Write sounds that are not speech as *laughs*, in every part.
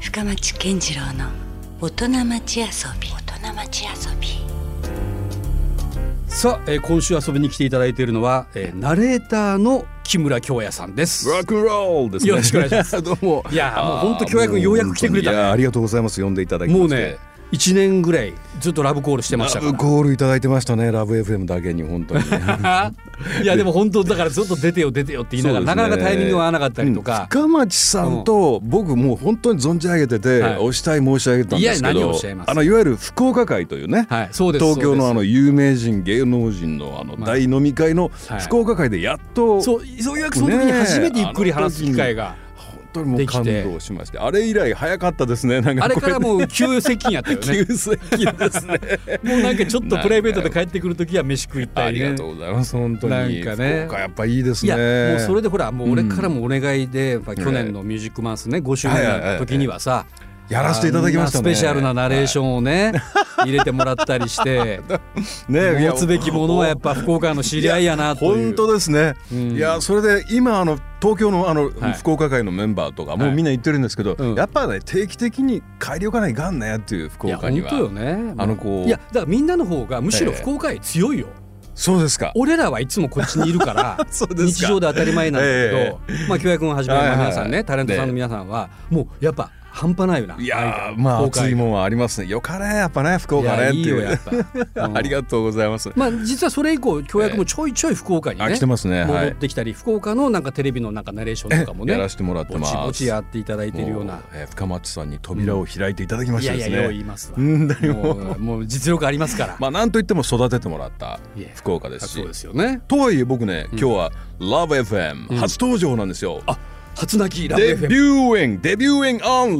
深町健次郎の大人町遊び大人町遊びさあ、えー今週遊びに来ていただいているのは、えーナレーターの木村京也さんです。ロックンロールですね。よろしくお願いし *laughs* ます。どうも。いやーもう本当あー京也君ようやく来てくれたねもう本当にいやーありがとうございます。呼んでいただきましもてうね、一年ぐらいずっとラブコールしてましたラかブコールいただいてましたね。ラブ FM だけに本 *laughs* 当に、ね。ら。 *laughs* いやでも本当だからずっと出てよ出てよって言いながら、なかなかタイミングが合わなかったりとか。うん深町さんと僕もう本当に存じ上げてて、はいおしたい申し上げたんですけいや何をおどっしゃいますあのいわゆる福岡会というね、はいそうです東京のそうであすの有名人芸能人のあのまあ大飲み会のはい福岡会でやっと、そうそういうその時に初めてゆっくり話す機会が。本当にもうでき感て動しましてあれ以来早かったですねなんかあれからこもう急接近やったようやね *laughs* っ。て急接近ですね *laughs* もうなんかちょっとプライベートで帰ってくる時は飯食いたあい、りね。がとうございます本当になんかね福岡やっぱいいですいねやもうそれでほらもう俺うんからもお願いで、まあ、去年のミュージックマンスね5周年の時にはさやらせていただきましたねあんなスペシャルなナレーションを *laughs* ね、入れてもらったりしてねいや持つべきものはやっぱ福岡の知り合いやなという本当ですね、んいやそれで今あの東京のあの、はい福福岡会のメンバーとかもはういみんな言ってるんですけど、うんやっぱね定期的に帰りおかないかんねっていう福いや岡本に当よはねあのこういやだからみんなの方がむしろええ福岡へ強いよ、そうですか俺らはいつもこっちにいるから *laughs* そうです日か常で当たり前なんだけど、まあ京也君をはじめはいはいはい皆さんね、タレントさんの皆さんは、もうやっぱ半端ないよないいやーまあ熱いもんはありますねよかねやっぱね福岡ねっていいいようやっぱ、うん *laughs* ありがとうございます、まあ、実はそれ以降教約もちょいちょい福岡にね、あ来てますねは戻いってきたり福岡のなんかテレビのなんかナレーションとかもねやらせてもらってぼますちぼちやっていただいてるようなもえー深町さんに扉を開いていただきまいしやたいやですね、よう言いますわうん何ももうもう実力ありますから、まあなんといっても育ててもらったいえ福岡ですそしうですよねとはいえ僕ね、今日は LoveFM 初登場なんですよ、あ初泣きラブデビ FM ューイングデビューイング on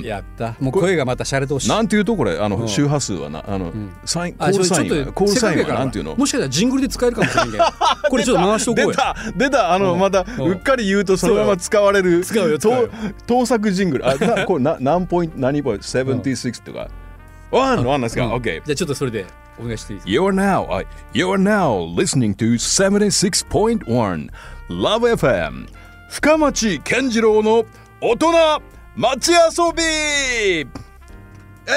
LoveFM やったもう声がまた洒落てほしいなんていうとこれあの周波数はなあのサインコあーちょルちょサっインはとコールサインせっかくやからはなんていうのもしかしたらジングルで使えるかもしれ *laughs* んけどこれちょっと回しとこう出よた出たあのまたうんうっかり言うとそのまま使われる使うよ使うよ盗盗作ジングルあなこれな何ポイント何ポイント76とかワンワンなんですか OK じゃあちょっとそれでお願いしていいですか You are now I- you are now listening to 76.1 Love FM 深町健次郎の大人町遊びえ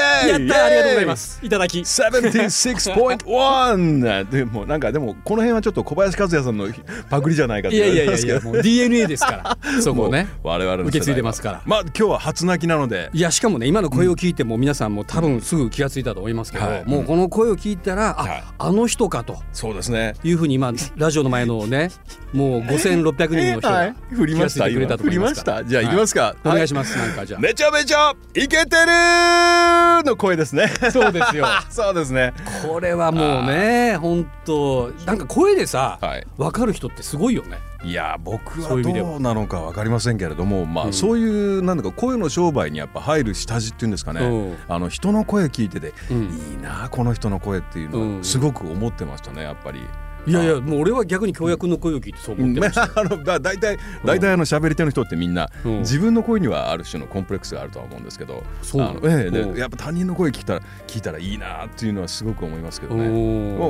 やっーたありがとうございますいただき76.1で *laughs* もなんかでもこの辺はちょっと小林和也さんのパクリじゃないかっいてやいや言いわやれますいけやどもう DNA です *laughs* からそこをねもう我々の世代は受け継いでますからまあ今日は初泣きなのでいやしかもね今の声を聞いても皆さんも多分すぐ気がついたと思いますけど、はいもうこの声を聞いたら、はいああの人かとそうですねいうふうに *laughs* 今ラジオの前のねもう5600人の人はがい振り気まがしついたてくれたと今振思いりまますしからたじゃあ行きますかお願いしまますなんかじゃめちゃめちゃイケてるーの声ですねあそうですよ *laughs* そうですねこれはもうね本当なんか声でさ、はい分かる人ってすごいよねいや僕はそういう意味ではどうなのか分かりませんけれどもまあそういうなんだか声の商売にやっぱ入る下地っていうんですかね、うんあの人の声聞いてて、うんいいなあこの人の声っていうのうんはすごく思ってましたねやっぱり。いやいやもう俺は逆に教約の声を聞いてそう思ってました、 *laughs* あのだ大体大体あの喋り手の人ってみんな、うん自分の声にはある種のコンプレックスがあるとは思うんですけどそうあのええでうんやっぱ他人の声聞いたら聞いたらいいなっていうのはすごく思いますけどね。も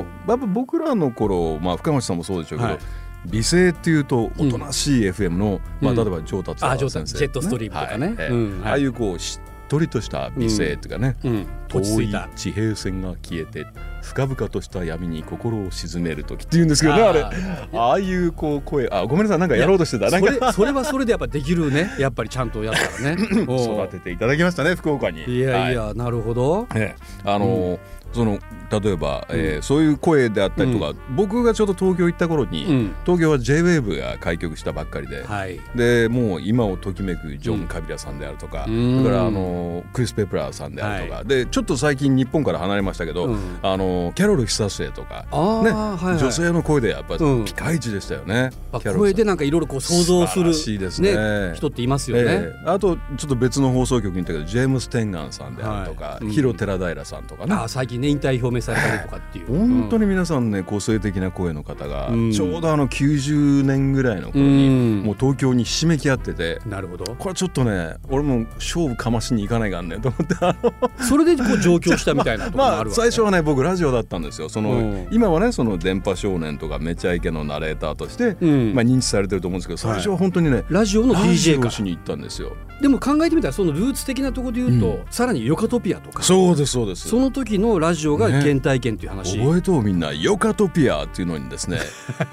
おうやっぱ僕らの頃、まあ、深町さんもそうでしょうけど、はい美声っていうとおとなしい FM の、まあ、例えば上達あ先上生、達ジェットストリームとかねはいえうえんはいああいうこうしっとりとした美声っていうかね、ーうん遠落ち着いいた地平線が消えて深々とした闇に心を沈める時っていうんですけどねあれあああいうこう声あごめんなさいなんかやろうとしてたなんそれかそれはそれでやっぱできるねやっぱりちゃんとやったら *laughs* ねおう育てていただきましたね福岡にいやいや、なるほどええあのーその例えば、えーそういう声であったりとか、僕がちょうど東京行った頃に、うん東京は JWAVE が開局したばっかりで、はいでもう今をときめくジョン・カビラさんであるとか、うんだからあのクリス・ペプラーさんであるとか、はでちょっと最近日本から離れましたけど、うんあのキャロル久末とか、あーねはいはい女性の声でやっぱうんピカイチでしたよね、まあキャロル声さでん。なんかいろいろこう想像する素晴らしいですね人っていますよね、ええあとちょっと別の放送局に行ったけどジェームス・テンガンさんであるとか、はいうん広寺平さんとかねああ最近ね引退表明されたりとかっていう本当に皆さんね個性的な声の方が、うんちょうどあの90年ぐらいの頃うに、んもう東京にひしめき合ってて。なるほどこれちょっとね俺も勝負かましに行かないかんねんと思ってあのそれでこう上京したみたいなところも *laughs* あるまあわ、ね最初はね僕ラジジオだったんですよそうんの今はねその「電波少年」とか「めちゃイケ」のナレーターとして、うんまあ、認知されてると思うんですけど最初は本当にね、ラジオのラジ DJ オかをしに行ったんですよでも考えてみたらそのルーツ的なところで言うと、さらにヨカトピアとかそうですそうですその時のラジオが原体験という話、覚えとうみんなヨカトピアっていうのに *laughs* ですね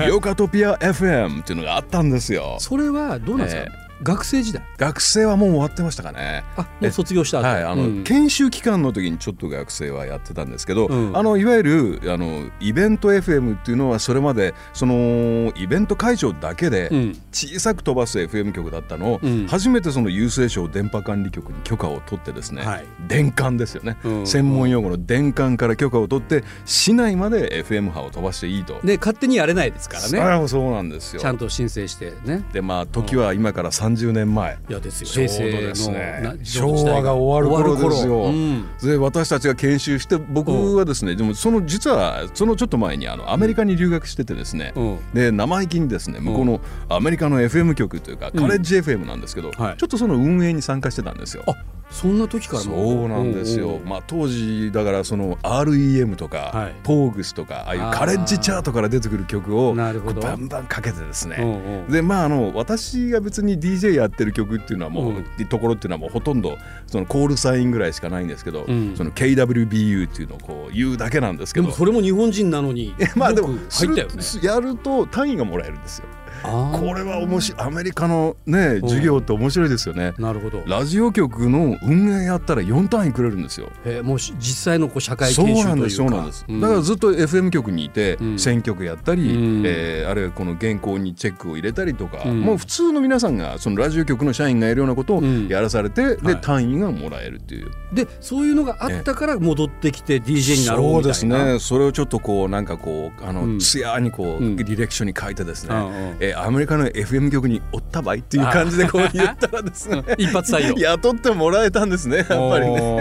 ヨカトピア FM っていうのがあったんですよそれはどうなんですか、え学生時代学生はもう終わってましたかねあもう卒業した後、はいあの、うん研修期間の時にちょっと学生はやってたんですけど、うんあのいわゆるあのイベント FM っていうのはそれまでそのイベント会場だけでうん小さく飛ばす FM 局だったのを、うん初めてその郵政省電波管理局に許可を取ってですね、はい電管ですよね、うん専門用語の電管から許可を取って市内まで FM 波を飛ばしていいと。ね勝手にやれないですからねああそうなんですよちゃんと申請してねでまあ時は今から30年前、いやですよちょう平ど成のですねな昭和が終わる頃ですようんで私たちが研修して僕はですねでもその実はそのちょっと前にあのアメリカに留学しててですね、うんで生意気にですね向こうのアメリカの FM 局というか、カレッジ FM なんですけど、はいちょっとその運営に参加してたんですよ。あそんな時からもそうなんですよ、まあ、当時だからその REM とか、はいポーグスとかああいうカレッジチャートから出てくる曲あーをなるほどバンバンかけてですね、うんうんでまああの私が別に DJ やってる曲っていうのはもう、うんってところっていうのはもうほとんどそのコールサインぐらいしかないんですけど、うんその KWBU っていうのをこう言うだけなんですけでどもそれも日本人なのに *laughs* まあでもよく入ったよねするやると単位がもらえるんですよ。あーこれは面白いアメリカのね授業って面白いですよね。なるほどラジオ局の運営やったら4単位くれるんですよ。えーもうし実際のこう社会そ研う修というなかんですそうなんです、うんだからずっと FM 局にいて、うん選曲やったり、うんえーあるいはこの原稿にチェックを入れたりとか、うんもう普通の皆さんがそのラジオ局の社員がやるようなことをうんやらされて、ではい単位がもらえるっていう、でそういうのがあったから戻ってきて DJ になろうそみうたいなですねそれをちょっとこうなんかこうあの、うんツヤにこう、うん履歴書に書いてですね、うんうんえーアメリカの FM 局におったばいっていう感じでこう言ったらですね一発採用 *laughs* 雇ってもらえたんですねやっぱりね。ね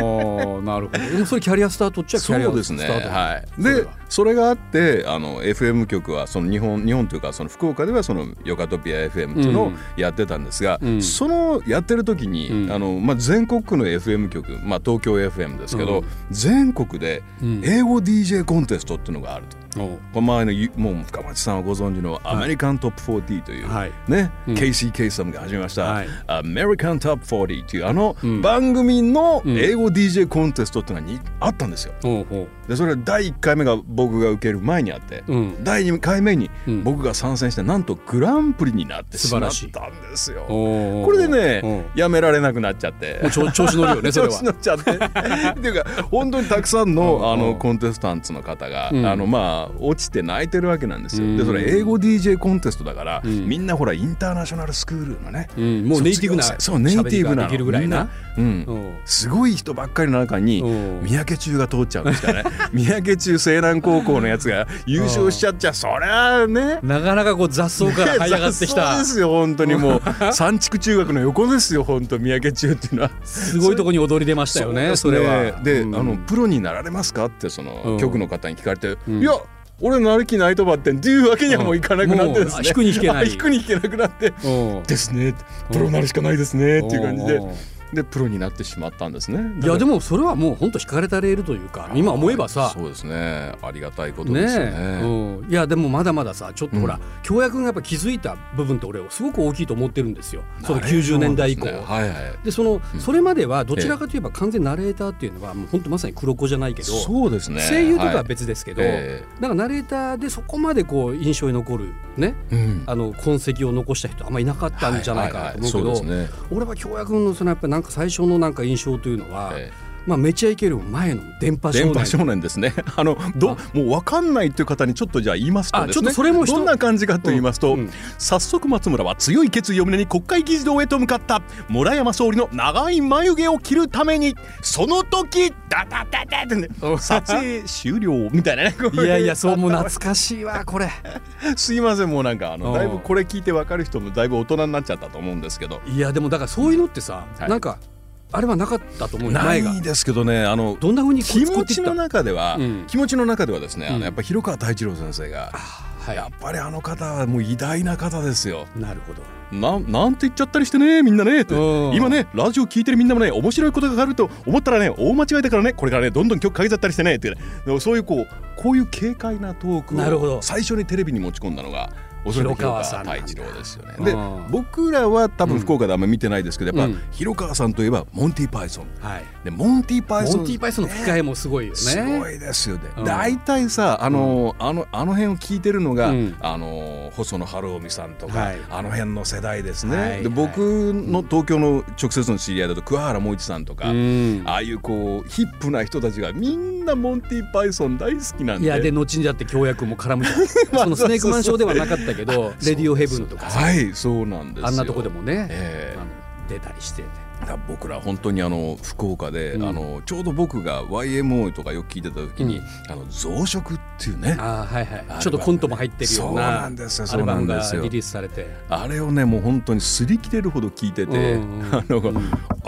なるほどでもそれキャリアスタートっちゃキそャリアうでスすね。タートはい。それでは、それがあって、あの FM 局はその日本日本というかその福岡ではそのヨカトピア FM っていうのうをんやってたんですが、うんそのやってる時に、うんあのまあ全国区の FM 局、まあ東京 FM ですけど、うん全国でうん英語 DJ コンテストっていうのがあると。おこの前のゆもう深町さんはご存知のアメリカントップ40という、はいね、うん KC ケイサムが始めました、はいアメリカントップ40というあのうん番組のうん英語 DJ コンテストっていうのがにあったんですよ。おうおうでそれは第1回目が僕が受ける前にあって、うん第2回目にうん僕が参戦してなんとグランプリになって素し晴まらっしいたんですよ。おうこれでおうねやめられなくなっちゃってもう。調調子乗るよねそれ調は子乗っちゃっ *laughs* てっていうか本当にたくさんうんのあうのんコンテスタンツの方が、うんあのまあ落ちて泣いてるわけなんですうよ。んでそれ英語 DJ コンテストだから、うんみんなほらインターナショナルスクールのね、うんもうネイティブな卒業生そうネイテ喋りィブなができるぐらいな、みんなうん、おうすごい人ばっかりの中にうん三宅中が通っちゃうんで *laughs* すからね三宅中西南高校のやつが優勝しちゃっちゃそりゃあねなかなかこう雑草 *laughs* から這い上がってきそうたですよ本当にもう三畜中学の横ですよ本当三宅中っていうのは。すごいとこに踊り出ましたよねそそうですれはで、うんあのプロになられますかってそうのん局の方に聞かれて「んいや俺なる気ないとばってん」っていうわけにはもういかなくなってですうんもうね。引くに引けない引くに引けなくなっておうですねプロなるしかないですねっていう感じでおうおうでプロになってしまったんですね。いやでもそれはもう本当引かれたレールというか今思えばさそうですねありがたいことねですねえ、うん、いやでもまだまださちょっとほら、教約がやっぱ気づいた部分って俺すごく大きいと思ってるんですよその90年代以降。そうですねはいはいでそのそれまではどちらかといえば完全ナレーターっていうのはもう本当まさに黒子じゃないけど、そうですね声優とかははい別ですけど、えなんかナレーターでそこまでこう印象に残るねうんあの痕跡を残した人あんまりいなかったんじゃないかなと思うけど、はいはいはいそうですね俺は京也君のそのやっぱなんか最初のなんか印象というのは、えまあめちゃイケよりも前の電波少電年波少年ですね。 *laughs* あのどもうわかんないという方にちょっとじゃあ言いますとですね。あちょっとそれも一つどんな感じかと言いますと、うんうん早速松村は強い決意を胸に国会議事堂へと向かった。村山総理の長い眉毛を切るためにその時ダダダダって、ね、撮影終了みたいなね。こう *laughs* いやいや *laughs* そうもう懐かしいわこれ。すいませんもうなんかあうのんだいぶこれ聞いてわかる人もだいぶ大人になっちゃったと思うんですけど。いやでもだからそういうのってさ、はいなんかあれはなかったと思うよな前がいですけどねあのどんな風にこう気作持っていちっのた中では、うん気持ちの中ではですねあうんのやっぱ広川太一郎先生が、はやっぱりあの方はもう偉大な方ですよ。いなるほどななんて言っちゃったりしてねみんなねってうん今ねラジオ聞いてるみんなもね面白いことがあると思ったらね大間違いだからねこれからねどんどん曲かけちゃったりしてねってねでもそういうこうこういう軽快なトークなるほをど最初にテレビに持ち込んだのが恐らく広川広さ川んなんだ太一郎ですよね。でうん僕らは多分福岡であんま見てないですけどやっぱ、うん広川さんといえばモンティ・パイソン。はいでモンティ・パイソンモンティパイソンの吹き替えもすごいよねすごいですよねうん。大体さあのあのあの辺を聞いてるのがうんあの細野晴臣さんとかはいあの辺の世代ですはいはいね。で僕の東京の直接の知り合いだと桑原萌一さんとかうんああいうこうヒップな人たちがみんなモンティ・パイソン大好きなんいやでで。後にだって協約も絡む *laughs* じゃんそのスネークマンショーではなかったけど「レディオヘブン」とかさはいそうなんですよ。あんなとこでもね、ええあの出たりして、だから僕ら本当にあの福岡で、うんあのちょうど僕が YMO とかよく聞いてた時に、うんあの増殖っていうねああはいはバムいちょっとコントも入ってるようそうななんですよアルバムそうなんがですよリリースされてあれをねもう本当に擦り切れるほど聞いてて、うんうんあの、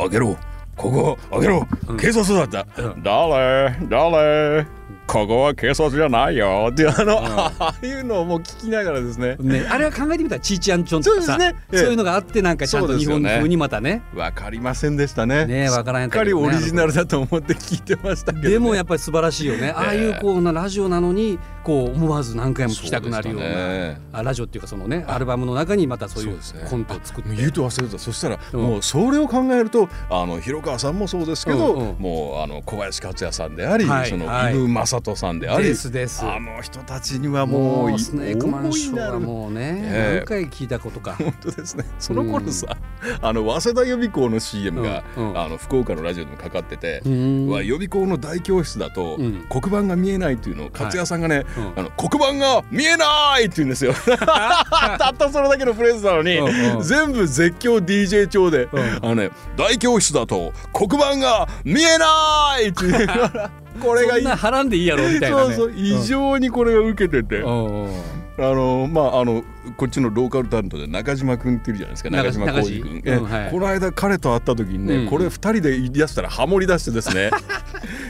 あげろここあげろ警察だった、うん誰誰ここは警察じゃないよっていうあの、ああいうのをもう聞きながらですねね、あれは考えてみたらチーチアンチョンとかさそうですねええそういうのがあってなんかちゃんそとうで日すよ本ね風にまたねわかりませんでしたねねえわからんすかっったけかりどねオリジナルだと思って聞いてましたけどね、でもやっぱり素晴らしいよね、ああいうこうなラジオなのにこう思わず何回も聞きたくなるようなそうでしたねあラジオっていうかそのねアルバムの中にまたそういそううですねコントを作って、もう言うと忘れてたそしたら、うんもうそれを考えるとあの広川さんもそうですけど、うんうんもうあの小林克也さんであり、はいそのはいイブ・マサトさんでありですですあの人たちにはもうもうスネークマンショーはうもうね、ええ何回聞いたことか。本当ですねその頃さ、あの早稲田予備校の CM が、うんうんあの福岡のラジオでもかかってて、うんは予備校の大教室だと、うん黒板が見えないっていうのを克也さんがね、うんあの黒板が見えないって言うんで *laughs* すよたったそれだけのフレーズなのに、うんうん全部絶叫 DJ 調で、うんあのね大教室だと黒板が見えないって *laughs* いうこれがそんなはらんでいいやろみたいな、ね。そうそう異常にこれが受けてて、うあんうんうんのまああのこっちのローカルタレントで中島君っているじゃないですか中中島浩二君、中島うんはいこの間彼と会った時にね、うんこれ二人で言い出したらハモり出してで *laughs* すね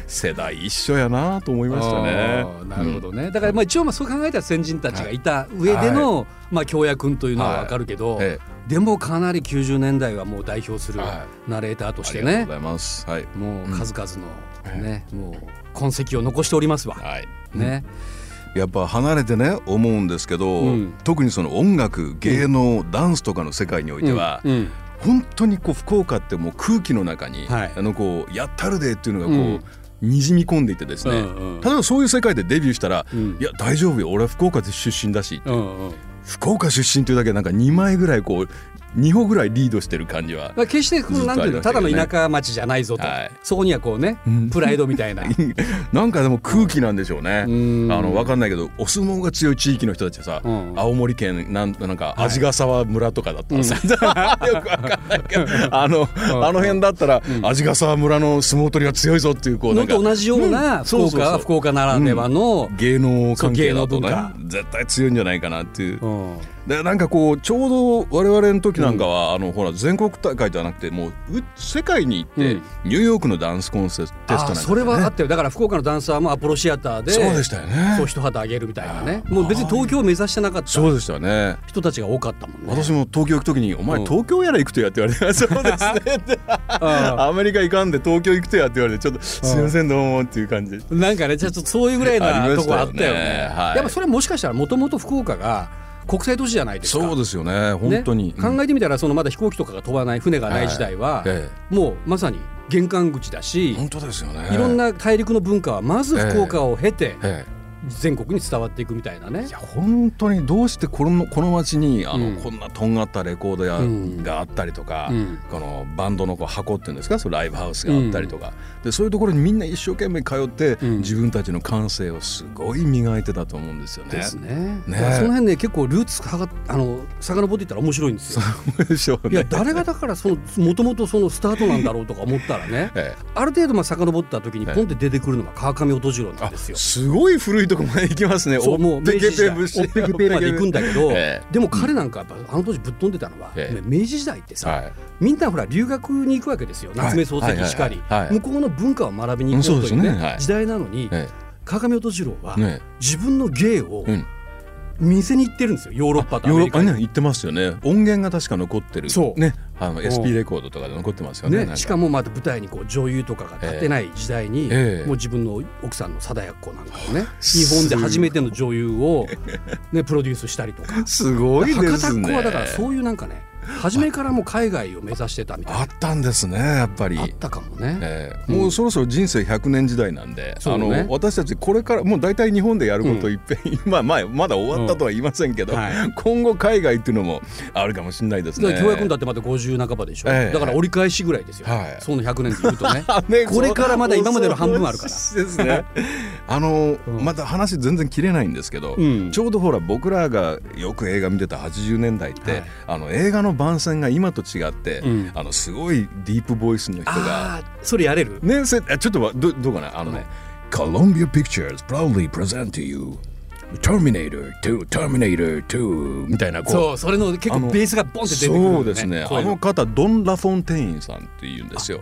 世代一緒やなと思いましたねあーなるほどね、だからまあ一応まあそう考えたら先人たちがいた上での、まあ京也君というのはわかるけど、はいえでもかなり90年代はもう代表するはナレーターとしあてりがとうねご、ざいますはいもう数々のね、もう痕跡を残しておりますわ。はいね、やっぱ離れてね思うんですけど、うん特にその音楽芸能、ダンスとかの世界においては、うんうん本当にこう福岡ってもう空気の中に、はいあのこうやったるでっていうのがこう、うんにじみ込んでいてですね、うんうん例えばそういう世界でデビューしたら、んいや大丈夫よ俺は福岡で出身だし、うんうん福岡出身というだけでなんか2枚ぐらいこう2歩ぐらいリードしてる感 *laughs* じはまあ、決してこずのっなとんていうのあたりまだしたけどのね田舎町じゃないぞと、はいそこにはこうねプライドみた *laughs* いななんかでも空気なんでしょうね。んあのわかんないけどお相撲が強い地域の人たちはさ、うん青森県なんなんか味ヶ沢村とかだったらさ、 *laughs* よくわかんないけどあの、あの辺だったら、味ヶ沢村の相撲取りが強いぞっていうこうなのんかと同じような福そうそう岡そうは福岡ならではの、芸能関係だとそう芸ね能絶対強いんじゃないかなっていう。うんでなんかこうちょうど我々の時なんかは、あのほら全国大会ではなくてもうう世界に行って、うんニューヨークのダンスコンセステストなんかあねそれはあったよだから福岡のダンサーもアポロシアターでそうでしたよねそう一旗あげるみたいなねもう別に東京を目指してなかったそうでしたね人たちが多かったもんね。私も東京行く時に「お前うん東京やら行くとや」って言われて「そうですね」 *laughs* ってあアメリカ行かんで東京行くとや」って言われて「ちょっとすいませんどうも」っていう感じあなんかねちょっとそういうぐらいありなまとしこたあよねったよね。はいやっぱそれはもしかしたらもともと福岡が国際都市じゃないですか。そうですよねね本当に、うん考えてみたらそのまだ飛行機とかが飛ばない船がない時代は、えもうまさに玄関口だし、本当ですよねいろんな大陸の文化はまず福岡を経てええ全国に伝わっていくみたいなねいや本当にどうしてこのこの町にあの、うんこんなとんがったレコード屋うんがあったりとか、うんこのバンドのこう箱っていうんですかそのライブハウスがあったりとか、でそういうところにみんな一生懸命通って、ん自分たちの感性をすごい磨いてたと思うんですよね。ですねだねからその辺ね結構ルーツがあの遡っていったら面白いんですよ。でしょういやね。誰がだからそのもともとそのスタートなんだろうとか思ったらね *laughs* ええある程度まあ遡った時にええポンって出てくるのが川上音次郎なんあですよ。すごい古いとこまで行きますね。そうもう明治時代おっぺけぺ節おっぺけぺまで行くんだけど、 *laughs* えでも彼なんかやっぱあの当時ぶっ飛んでたのは、ええ明治時代ってさ、はいみんなほら留学に行くわけですよ夏目漱石しかり、はいはいはいはい向こうの文化を学びに行こうというね,、うんそうですねはい時代なのに、え川上音次郎は、えね自分の芸をうん店に行ってるんですよヨーロッパとアヨーメロリッカパにね言ってますよね音源が確か残ってるそうねあのん SP レコードとかで残ってますよねなんね、しかもまた舞台にこう女優とかが立ってない時代に、ええもう自分の奥さんの貞子なんかもね日本で初めての女優を、ね、プロデュースしたりとかすごいで博多すっね子はだからそういうなんかね初めからもう海外を目指してたみたいあったんですねやっぱりなあったかもね。えーもうそろそろ人生100年時代なんで、そうあねの私たちこれからもう大体日本でやることいっぺん、今まあまだ終わったとは言いませんけど、うんは今後海外っていうのもあるかもしれないですだかね。ら教約だってまた50半ばでしょ、ええだから折り返しぐらいですよ、はいその100年で言うとねあねこれからまだ今までの半分あるからそうですね。あの、まだ話全然切れないんですけど、うんちょうどほら僕らがよく映画見てた80年代って、はいあの映画の番宣が今と違って、んあのすごいディープボイスの人あがあそれやれるねせあちょっとわどどうかなあのね Columbia Pictures proudly present to you Terminator 2 Terminator 2みたいなこうそうそれの結あ構のベースがボンって出てくる、そうですねこうあいうのの方ドン・ラフォンテインさんっていうんですよ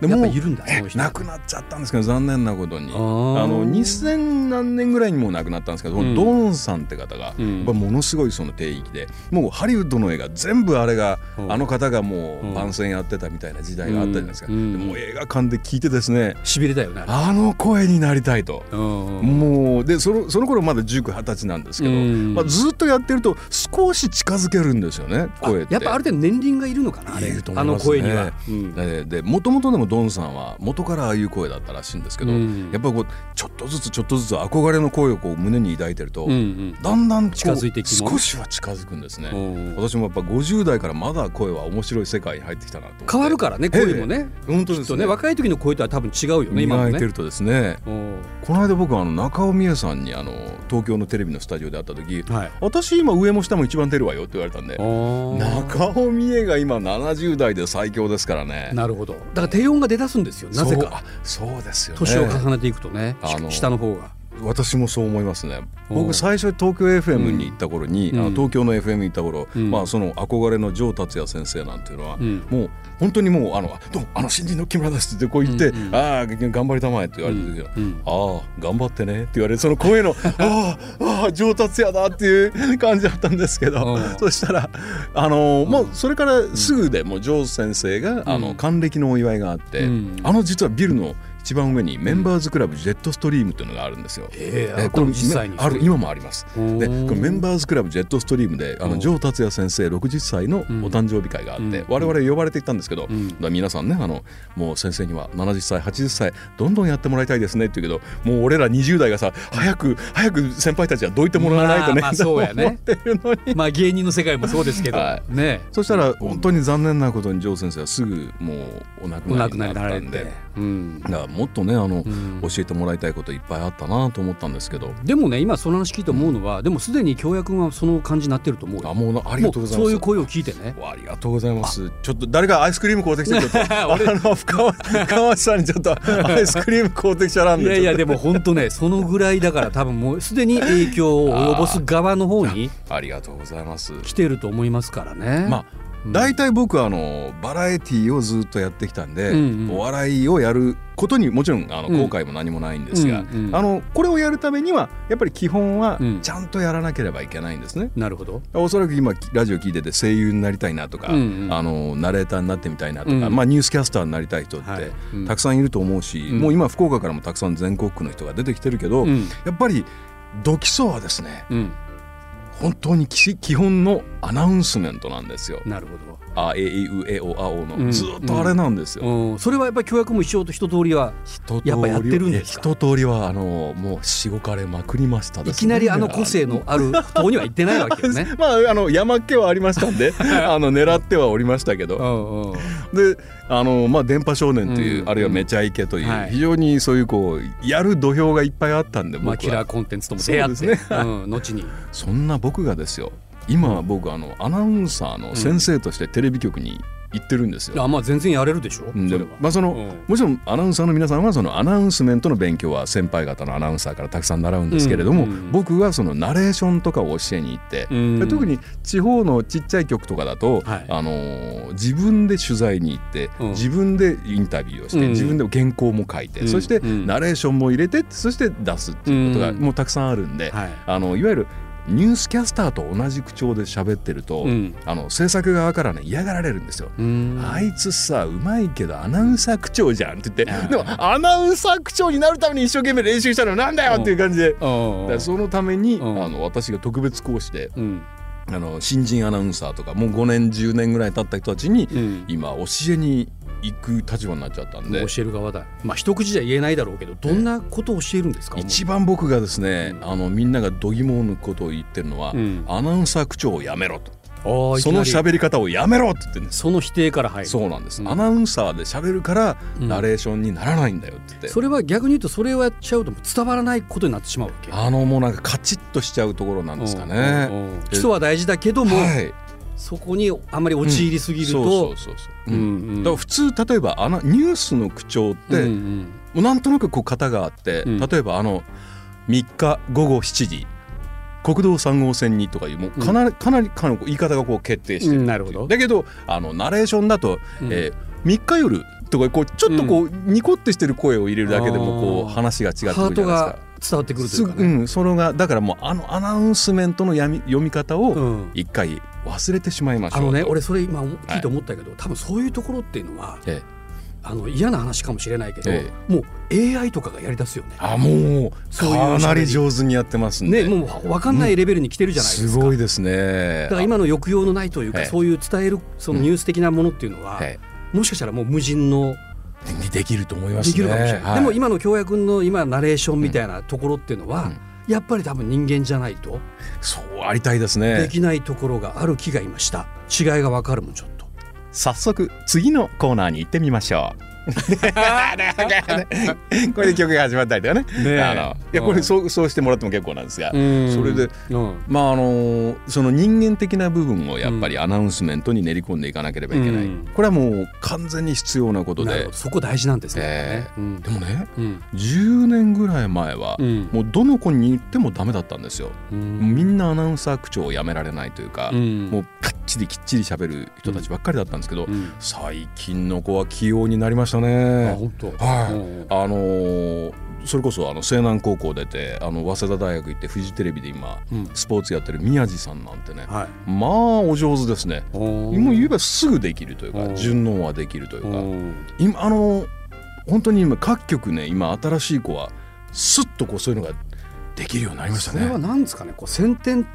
でやっぱもういるんだその人亡くなっちゃったんですけど残念なことにああーの2000何年ぐらいにもう亡くなったんですけど、このドンさんって方が、んやっぱものすごいその定域でもうハリウッドの映画全部あれが、うんあの方がもう番宣やってたみたいな時代があったじゃないですか、うんでもう映画館で聞いてですねしびれだよねあれあの声になりたいと。うんもうでそのその頃まだ19、20歳なんですけど、うんまあ、ずっとやってると少し近づけるんですよね声ってやっぱある程度年輪がいるのかなあれいると思あいのます声ねには、うんえーでもともとでもドンさんは元からああいう声だったらしいんですけど、うんやっぱこうちょっとずつちょっとずつ憧れの声をこう胸に抱いてると、うんうんだんだんこう近づいていくもの少しは近づくんですねうん私もやっぱ50代からまだ声は面白い世界に入ってきたなと思って変わるからね声もね、ええ本当きでっすとねね若い時の声とは多分違うよね今磨のいてねるとですねうんこの間僕あの中尾美恵さんにあの東京のテレビのスタジオで会った時、はい私今上も下も一番出るわよって言われたんで中尾美恵が今70代で最強ですからねなるほどだから低音が出だすんですよなぜそうかあそうですよね年を重ねていくとね、あの下の方が私もそう思いますねお僕う最初東京 FM に行った頃に、うんあの東京の FM に行った頃、んまあその憧れの城達也先生なんていうのは、んもう本当にもうあの「どうもあの新人の木村です」ってこう言って「うんうんああ頑張りたまえ」って言われてるけど「うんうんああ頑張ってね」って言われてその *laughs* 声の「ああああ城達也だ」っていう感じだったんですけど、うんそしたらあのもうそれからすぐでもう城先生が、あの還暦のお祝いがあって、うんあの実はビルの一番上にメンバーズクラブジェットストリームというのがあるんですよ。ええーここれれ実際にある今もありますおーでこのメンバーズクラブジェットストリームであおのー城達也先生60歳のお誕生日会があって、うん我々呼ばれていったんですけど、うんだから皆さんねあのもう先生には70歳80歳どんどんやってもらいたいですねって言うけどもう俺ら20代がさ早く早く先輩たちはどいてもらわないとね,、まあまあそうやね *laughs* 思ってるのに *laughs* まあ芸人の世界もそうですけど、はねそしたら本当に残念なことに城先生はすぐもうお亡くおな亡りくにななりっにならたれんてで。、うんだからもっとねあの、ん教えてもらいたいこといっぱいあったなと思ったんですけどでもね今その話聞いて思うのは、でもすでに京也君はその感じになってると思うよあもうなありがとうございますもそういう声を聞いてねありがとうございます。ちょっと誰かアイスクリーム買うてきてちょっと *laughs* あの深川深川さんにちょっとアイスクリーム買うてきちゃらんで。いやいやちょでも本当ね *laughs* そのぐらいだから多分もうすでに影響を及ぼす側の方にっとありがとうございます。来てると思いますからね。まあ大体僕はあのバラエティーをずっとやってきたんで、うんうんお笑いをやることにもちろんあのうん後悔も何もないんですが、うんうんあのこれをやるためにはやっぱり基本はうんちゃんとやらなければいけないんですね。なるほど。おそらく今ラジオ聞いてて声優になりたいなとか、うんうんあのナレーターになってみたいなとか、うんまあ、ニュースキャスターになりたい人って、はいうんたくさんいると思うし、んもう今福岡からもたくさん全国区の人が出てきてるけど、うんやっぱりドキソはですねうん、本当に基基本のアナウンスメントなんですよ。なるほど。あえいうえおあおの、うんずっとあれなんですよ。うん、それはやっぱり教約も一応と一通りは一通やっぱやってるんりですか一通りはあのもうしごかれまくりましたでいすきね。なりあの個性のある党には行ってないわけよね *laughs* まああの山っ気はありました *laughs* んであの狙ってはおりましたけどうんうん、であの、まあ、電波少年という、うんあるいはめちゃイケという、はい非常にそういうこうやる土俵がいっぱいあったんで僕まは、あキラーコンテンツとも出会ってそうですうん、後に。そんな僕がですよ今僕あのアナウンサーの先生としてテレビ局に行ってるんですよ。あまあ全然やれるでしょ。うんそれではまあそのうんもちろんアナウンサーの皆さんはそのアナウンスメントの勉強は先輩方のアナウンサーからたくさん習うんですけれども、うんうん僕はそのナレーションとかを教えに行って、うんで特に地方のちっちゃい局とかだと、はいあのー自分で取材に行って、うん自分でインタビューをして、うん自分で原稿も書いて、うんそしてうんナレーションも入れてそして出すっていうことがうんもうたくさんあるんで、はいあのいわゆるニュースキャスターと同じ口調で喋ってると、うんあの制作側からね嫌がられるんですよ。うんあいつさうまいけどアナウンサー口調じゃんって言ってでもアナウンサー口調になるために一生懸命練習したのなんだよっていう感じで。だからそのために、うんあの私が特別講師でうんあの新人アナウンサーとかもう5年10年ぐらい経った人たちに、うん今教えに行く立場になっちゃったんで教える側だまあ一口じゃ言えないだろうけどどんなことを教えるんですか一番僕がですね、うんあのみんなが度肝を抜くことを言ってるのは、うんアナウンサー口調をやめろとおーいきそなのり喋り方をやめろって言ってるんです、その否定から入るそうなんです、うんアナウンサーで喋るからうんナレーションにならないんだよって言って、それは逆に言うとそれをやっちゃうともう伝わらないことになってしまうわけあのもうなんかカチッとしちゃうところなんですかね、うんうんうん基礎は大事だけども、はいそこにあまり陥りすぎるそうそとうそうそうんう、うんうんだから普通例えばあのニュースの口調って、うんうもんうなんとなくこう型があって、うん例えばあの3日午後7時国道3号線にとかいうもうかなりかなりかの言い方がこう決定してるうんなるほどだけどあのナレーションだと、うんえ3日夜とかこうちょっとこう、ニコってしてる声を入れるだけでもこあーう話が違ってくるじハゃないーですトかが。伝わってくるといすうぐかうね、ん、それがだからもうあのアナウンスメントのやみ読み方うをん一回忘れてしまいましょあうと。のね俺それ今聞いて思ったけど、多分そういうところっていうのはええあの嫌な話かもしれないけど、えもう AI とかがやりだすよね。あもうそういう喋かりなり上手にやってますんねでもう分かんないレベルに来てるじゃないですすか。ごいですねだから今の抑揚のないというか、ええそういう伝えるそのニュース的なものっていうのは、はいもしかしたらもう無人のできると思いまですねきるかもしれない、はいでも今の京也君の今ナレーションみたいなところっていうのは、やっぱり多分人間じゃないとそうありたいですねできないところがある気が今した違いが分かるもんちょっと。早速次のコーナーに行ってみましょ *laughs* うこれで曲が始まったりとかねねえあのいやこれそうそうしてもらっても結構なんですが、そそれでうんまああのその人間的な部分をやっぱりアナウンスメントに練り込んでいかなければいけない、うんこれはもう完全に必要なことなるでほど、そこ大事なんですね。ええうんでもねうん10年ぐらい前は、うんもうどの子に言ってもダメだったんですよ、うんみんなアナウンサー口調をやめられないというか、うんもうかっちりきっちり喋る人たちばっかりだったんですけど、うん最近の子は器用になりましあたね。本当はい、うんあのーそれこそあの西南高校出てあの早稲田大学行ってフジテレビで今、うんスポーツやってる宮地さんなんてね、はいまあお上手ですね。もう言えばすぐできるというおかー順応はできるといううかん今あのー本当に今各局ね今新しい子はスッとこうそういうのができるようになりましたそれはね。何ですかねこう先天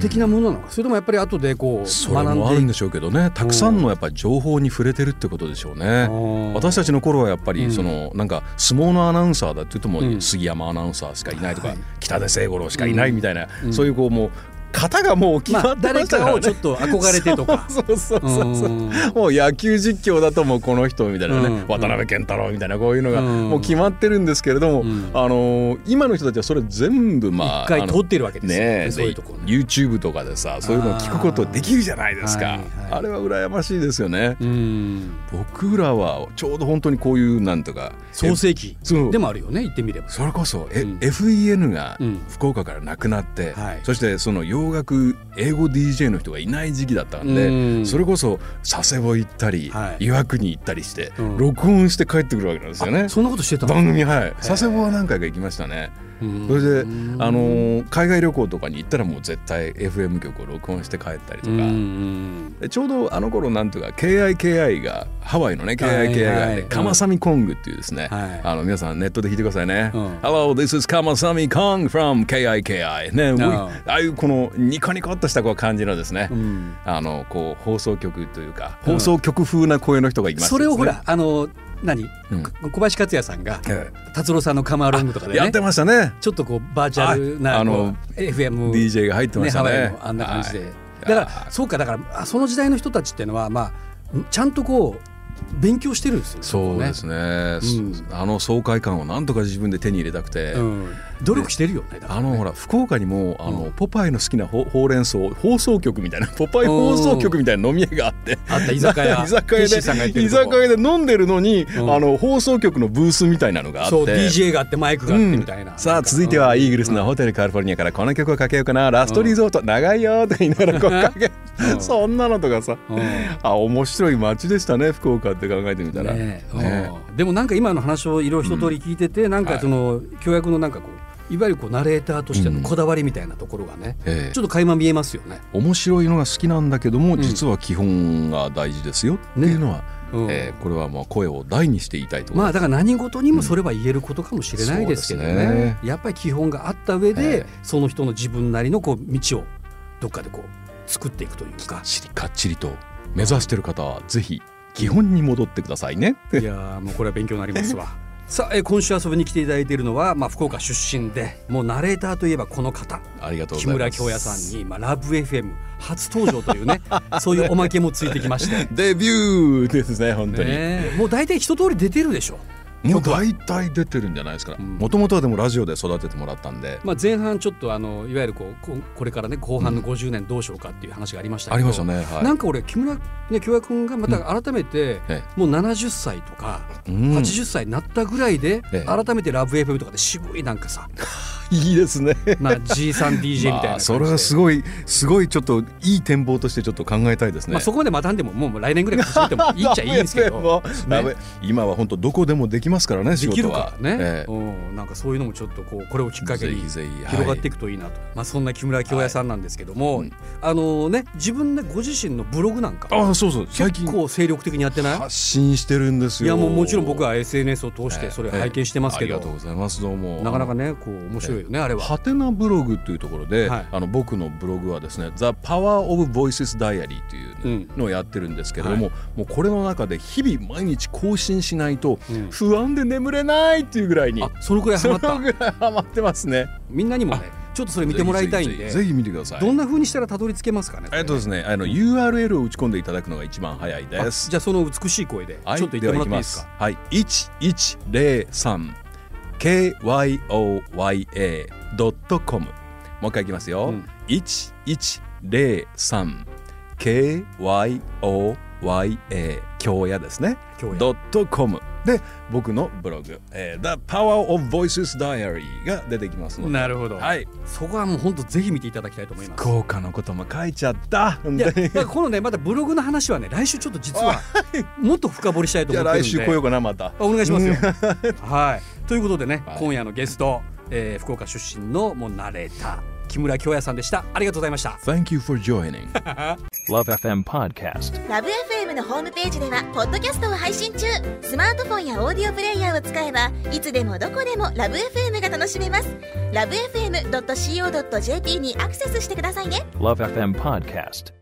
的なものなのか、それともやっぱり後でこそうれ学もあるんんでいでしょうけどねたくさんのやっぱり情報に触れてるってことでしょうね。く私たちの頃はやっぱうんりその、なんか相撲のアナウンサーだって言うともうんう杉山アナウンサーしかいないとか、はい北出聖五郎しかいないみたいな、うんそういうこうもう型がもう決ままあ、ってま誰したかからね。をちょっと憧れてとか *laughs* そうそう *laughs* そうそううんもう野球実況だともうこの人みたいなね、うん渡辺健太郎みたいなこういうのがうんもう決まってるんですけれども、うんあのー今の人たちはそれ全部まあ一回あの通ってるわけですよねえそういうところ、ね。 YouTube とかでさそういうのを聞くことできるじゃないですかああ,、ーはいはいれは羨ましいですよね、うん僕らはちょうど本当にこういうなんとか創世紀そうでもあるよね言ってみれば。それこそ、えうん FEN がうん福岡からなくなって、はいそしてその洋楽英語 DJ の人がいない時期だったんで、うんそれこそ佐世保行ったり、はい岩国行ったりして、うん録音して帰ってくるわけなんですよね。そんなことしてたの番組はい佐世保は何回か行きましたね。うんそれで、あのー海外旅行とかに行ったらもう絶対 FM 曲を録音して帰ったりとうか。んでちょうどあの頃なんとか KIKI がハワイのね KIKI がはあいっはていカマサミコングっていうですね、はいあの皆さんネットで聞いてくださいね、うん Hello this is カマサミコング from KIKI ね、ん We- ああいうこのニコニコっとしたこう感じのですね、うんあのこう放送局というか放送局風な声の人がいます、それをほらあの何、うんこ小林克也さんがえ達郎さんのカマーロングとかでやねってましたねちょっとこうバーチャルなああのこう FM DJ が入ってまねしハたワねイのあんな感じで、はいだかいやらそうかだからあその時代の人たちっていうのはまあんちゃんとこう勉強してるんですよねそうですね、んあの爽快感をなんとか自分で手に入れたくて、うん、努力してるよねだからあのほら福岡にもあの、うんポパイの好きなほほうれん草放送局みたいな *laughs* ポパイ放送局みたいな飲み屋があってあった居酒屋 *laughs* 居酒屋テッシーさんがやってでる居とこ酒屋で飲んでるのに、んあの放送局のブースみたいなのがあってそう DJ があってマイクがあってみたいな、うんさあ続いてはイーグルスのホテルカリフォルニアからこの曲をかけようかな、ラストリゾート長いよとか言いながらこうかけ、うん *laughs* そんなのとかさ、うんあ面白い街でしたね福岡って考えてみたら、ねえねうんでもなんか今の話をいろいろ一通り聞いてて、なんかその、教約のなんかこういわゆるこうナレーターとしてのこだわりみたいなところがね、ええちょっと垣間見えますよね。面白いのが好きなんだけども、実は基本が大事ですよっていうのは、うんえーこれはまあ声を大にして言いたいところまあです、だから何事にもそれは言えることかもしれないですけどね,、うんそうですねやっぱり基本があった上で、ええその人の自分なりのこう道をどっかでこう作っていくという *laughs* かがっちりかっちりと目指してる方はぜひ基本に戻ってくださいね。いやーもうこれは勉強になりますわ。さあ、えー今週遊びに来ていただいているのは、まあ、福岡出身でもうナレーターといえばこの方 *laughs* ありがとうご木ざいま村す。京也さんに、まあ、ラブ f m 初登場という *laughs* ねそういうおまけもついてきまして、デビューですね本当に。ねえ、もう大体一通り出てるでしょ、もう大体出てるんじゃないですかんもともとはでもラジオで育ててもらったんで、まあ、前半ちょっとあのいわゆるこうここれからね後半の50年どうしようかっていう話がありましたけど、ありましたね。はい、なんか俺木村ね京也君がまた改めて、えもう70歳とか、うん80歳になったぐらいで、ええ改めて「ラブ f m とかで渋いなんかさいいですね。 *laughs* まあ、G さん DJ みたいな感じで、まあそれはすごいすごいちょっといい展望としてちょっと考えたいですね。まあ、そこまで待たんでももう来年ぐらい走ってもいいっちゃいいんです *laughs* けどもうダメ今は本当どこでもできますからね仕でき事るはからね、ええうん、なんかそういうのもちょっとこうこれをきっかけにぜひぜひはい広がっていくといいなと、まあ、そんな木村京也さんなんですけども、あのね自分でご自身のブログなんかあそうそう最結近構精力的にやってない発信してるんですいよ。やもうもちろん僕は SNS を通してそれ拝見してますけええあどりがとうございますどうも。なかなかねこう面白いよねあれは。ハテナブログというところで、はいあの僕のブログはですね「The Power of Voices Diary」というのをやってるんですけれども、もうこれの中で日々毎日更新しないとうん不安で眠れないっていうぐらいに、あそのくらいそハマのっぐたらいハマってますね。みんなにもねちょっとそれ見てもらいたいんぜでひぜひぜひ見てください。どんな風にしたらたどり着けますかねこえれっとですね、あの URL を打ち込んでいただくのが一番早いあです。じゃあその美しい声でちょはっと言ってもらっていいですか、はい、一一零三 k y o y a ドットコム。もう一回いきますうよん。一一零三 k y o y a 京也ですね。京也ドットコムで僕のブログ、えー The Power of Voices Diary が出てきますので。なるほど、はい。そこはもう本当ぜひ見ていただきたいと思います。効果のことも書いちゃった。本い当やにだからこのねまたブログの話はね来週ちょっと実はもっと深掘りしたいとじゃ思あってるん来で週来ようかなまた。あお願いしますよ。はいということでね、はい今夜のゲスト、えー福岡出身のもうナレーター木村京也さんでしたありがとうございました。 Thank you for joining. Love FM Podcast. ラブ f m のホームページではポッドキャストを配信中スマートフォンやオーディオプレイヤーを使えばいつでもどこでもラブ f m が楽しめますラブ FM.co.jp にアクセスしてくださいね Love FM Podcast.